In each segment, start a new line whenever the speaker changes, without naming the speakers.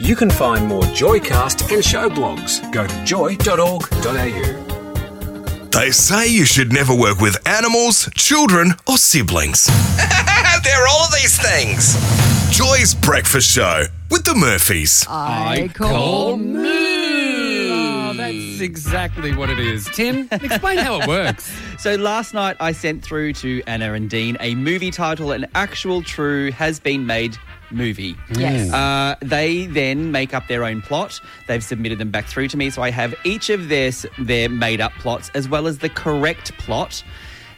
You can find more Joycast and show blogs. Go to joy.org.au.
They say you should never work with animals, children, or siblings. They're all these things. Joy's Breakfast Show with the Murphys.
I call moo. That's exactly what it is. Tim, explain how it works.
So last night I sent through to Anna and Dean a movie title, an actual true has been made movie.
Yes.
Uh, they then make up their own plot. They've submitted them back through to me, so I have each of their s- their made up plots as well as the correct plot.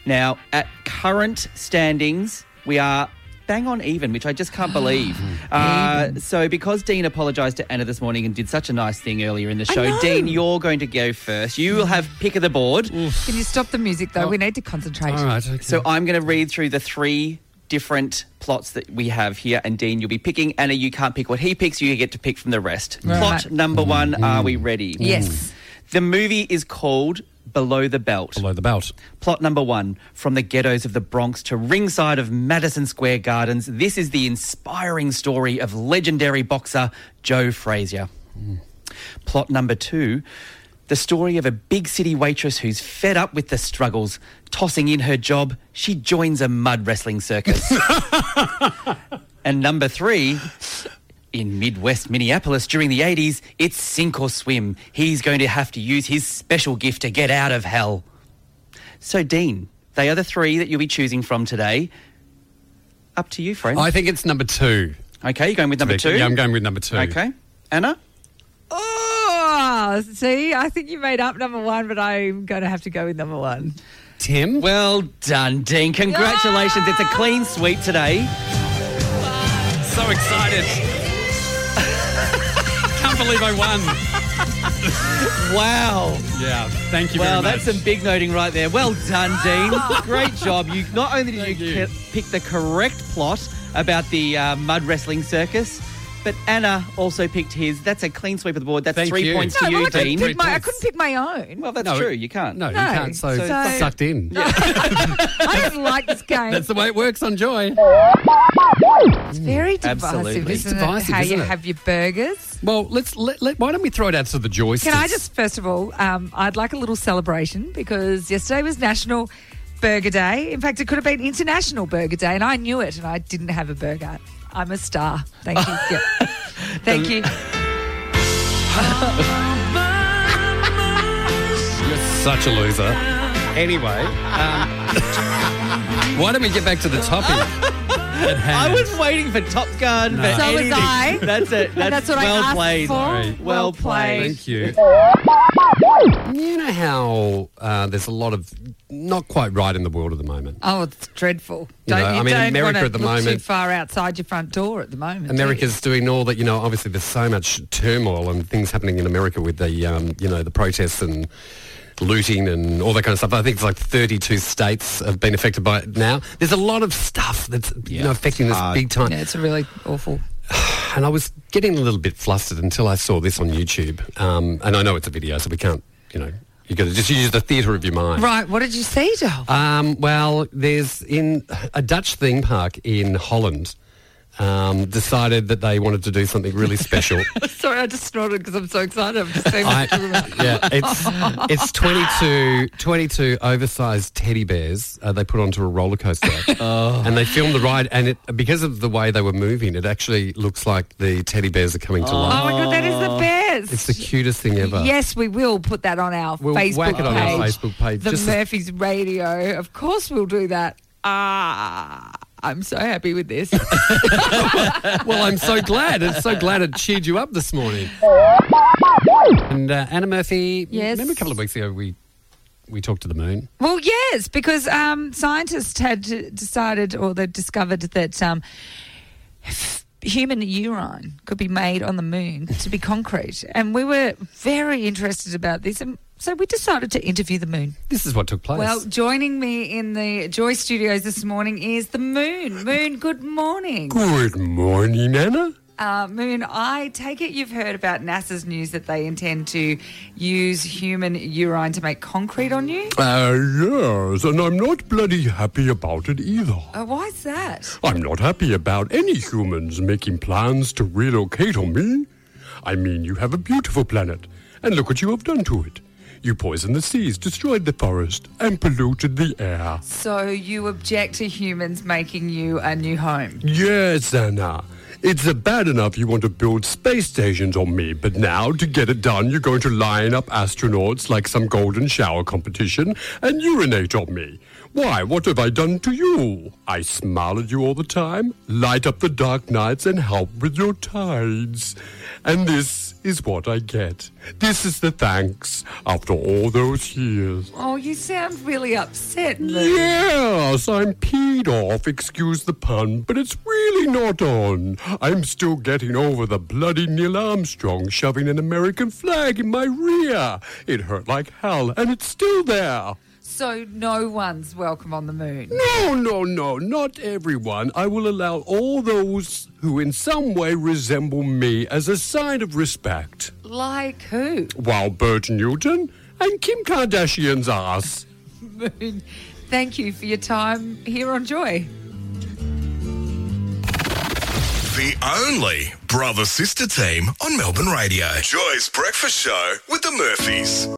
Now, at current standings, we are bang on even, which I just can't believe. Uh, so, because Dean apologised to Anna this morning and did such a nice thing earlier in the show,
know. Mm.
Dean, you're going to go first. You will have pick of the board.
Can you stop the music though? We need to concentrate.
Oh. All right. Okay.
So I'm going to read through the three different plots that we have here, and Dean, you'll be picking. Anna, you can't pick what he picks. You get to pick from the rest. Plot
Right.
number one. Are we ready?
Yes.
Mm. The movie is called Below the Belt.
below the belt.
Plot number one From the ghettos of the Bronx to ringside of Madison Square Gardens, this is the inspiring story of legendary boxer Joe Frazier.
Mm.
Plot number two The story of a big city waitress who's fed up with the struggles. Tossing in her job, she joins a mud wrestling circus. and number three. In Midwest Minneapolis during the 80s, it's sink or swim. He's going to have to use his special gift to get out of hell. So, Dean, they are the three that you'll be choosing from today. Up to you, friend.
I think it's number two.
okay, you're going with number two?
Yeah, I'm going with number two.
Okay. Anna?
Oh, see, I think you made up number one, but I'm going to have to go with number one.
Tim.
Well done, Dean. Congratulations. It's a clean sweep today.
so excited. Can't believe I won.
Wow.
Yeah. Thank you
Wow,
very
that's
much.
some big noting right there. Well done, Dean. Great job. You not only did
Thank
you,
you.
ca- pick the correct plot about the uh, mud wrestling circus, but Anna also picked his. That's a clean sweep of the board. That's
Thank
three
you.
points
No,
to you,
well, I, couldn't
Dean.
pick my, I couldn't pick my own.
Well, that's
No.
true. You can't.
No, you
No,
can't. So,
so-
sucked in.
I don't like this game.
That's the way it works on Joy.
it's very divisive,
Absolutely.
isn't
divisive,
it? How
isn't
you
it?
have your burgers.
Well, let's let, let- why don't we throw it out to the joysters?
Can I just, first of all, um, I'd like a little celebration because yesterday was National Burger Day. In fact, it could have been International Burger Day, and I knew it, and I didn't have a burger. I'm a star. Thank you. Yeah. Thank you.
You're such a loser. Anyway, um, why don't we get back to the topic? at hand?
I was waiting for Top Gun. but
So was
anything.
I.
That's it. That's,
And that's what
well
I asked
played.
for.
Sorry.
Well played.
Thank you. You know how uh, there's a lot of not quite right in the world at the moment.
Oh, it's dreadful.
You
Don't
know,
you
I mean,
don't
America
wanna
at the
look too
moment-
far outside your front door at the moment. do you?
America's doing all that, you know. Obviously, there's so much turmoil and things happening in America with the, um, you know, the protests and looting and all that kind of stuff. I think it's like 32 states have been affected by it now. There's a lot of stuff that's, you know, affecting us big time.
Yeah, it's really awful.
And I was getting a little bit flustered until I saw this on YouTube. Um, and I know it's a video, so we can't, you know, you've got to just use the theatre of your mind.
Right, what did you see, Joel?
Um, well, there's in a Dutch theme park in Holland um, decided that they wanted to do something really special.
Sorry, I just snorted because I'm so excited. I've just seen
I,
what you're talking about.
yeah, it's it's 22, 22 oversized teddy bears uh, they put onto a roller coaster,
Oh.
and they filmed the ride. And it because of the way they were moving, it actually looks like the teddy bears are coming to
Oh
life.
my god, that is the best.
It's the cutest thing ever.
Yes, we will put that on our
We'll
Facebook
whack it
page.
on our Facebook page,
The
just-
Murphy's Radio. Of course we'll do that. Ah, I'm so happy with this.
Well, I'm so glad. I'm so glad it cheered you up this morning. And uh, Anna Murphy,
Yes.
remember a couple of weeks ago we we talked to the moon.
Well, yes, because um, scientists had uh, decided or they discovered that um, human urine could be made on the moon to be concrete. And we were very interested about this. And so we decided to interview the moon.
This is what took place.
Well, joining me in the Joy Studios this morning is the moon. Moon, good morning.
good morning, Anna.
Uh, Moon, I take it you've heard about NASA's news that they intend to use human urine to make concrete on you.
Uh, yes, and I'm not bloody happy about it either.
Uh, why is that?
I'm not happy about any humans making plans to relocate on me. I mean, you have a beautiful planet, and look what you have done to it. You poisoned the seas, destroyed the forest, and polluted the air.
So you object to humans making you a new home.
Yes, Anna. It's uh, bad enough you want to build space stations on me, but now to get it done, you're going to line up astronauts like some golden shower competition and urinate on me. Why, what have I done to you? I smile at you all the time, light up the dark nights, and help with your tides. And this is what I get. This is the thanks after all those years.
Oh, you sound really upset. Lou.
Yes, I'm peed off, excuse the pun, but it's really not on. I'm still getting over the bloody Neil Armstrong shoving an American flag in my rear. It hurt like hell, and it's still there.
So no one's welcome on the moon.
No, no, no, not everyone. I will allow all those who in some way resemble me as a sign of respect.
Like who?
While Bert Newton and Kim Kardashian's ass.
Moon. Thank you for your time here on Joy.
The only brother sister team on Melbourne Radio. Joy's Breakfast Show with the Murphys.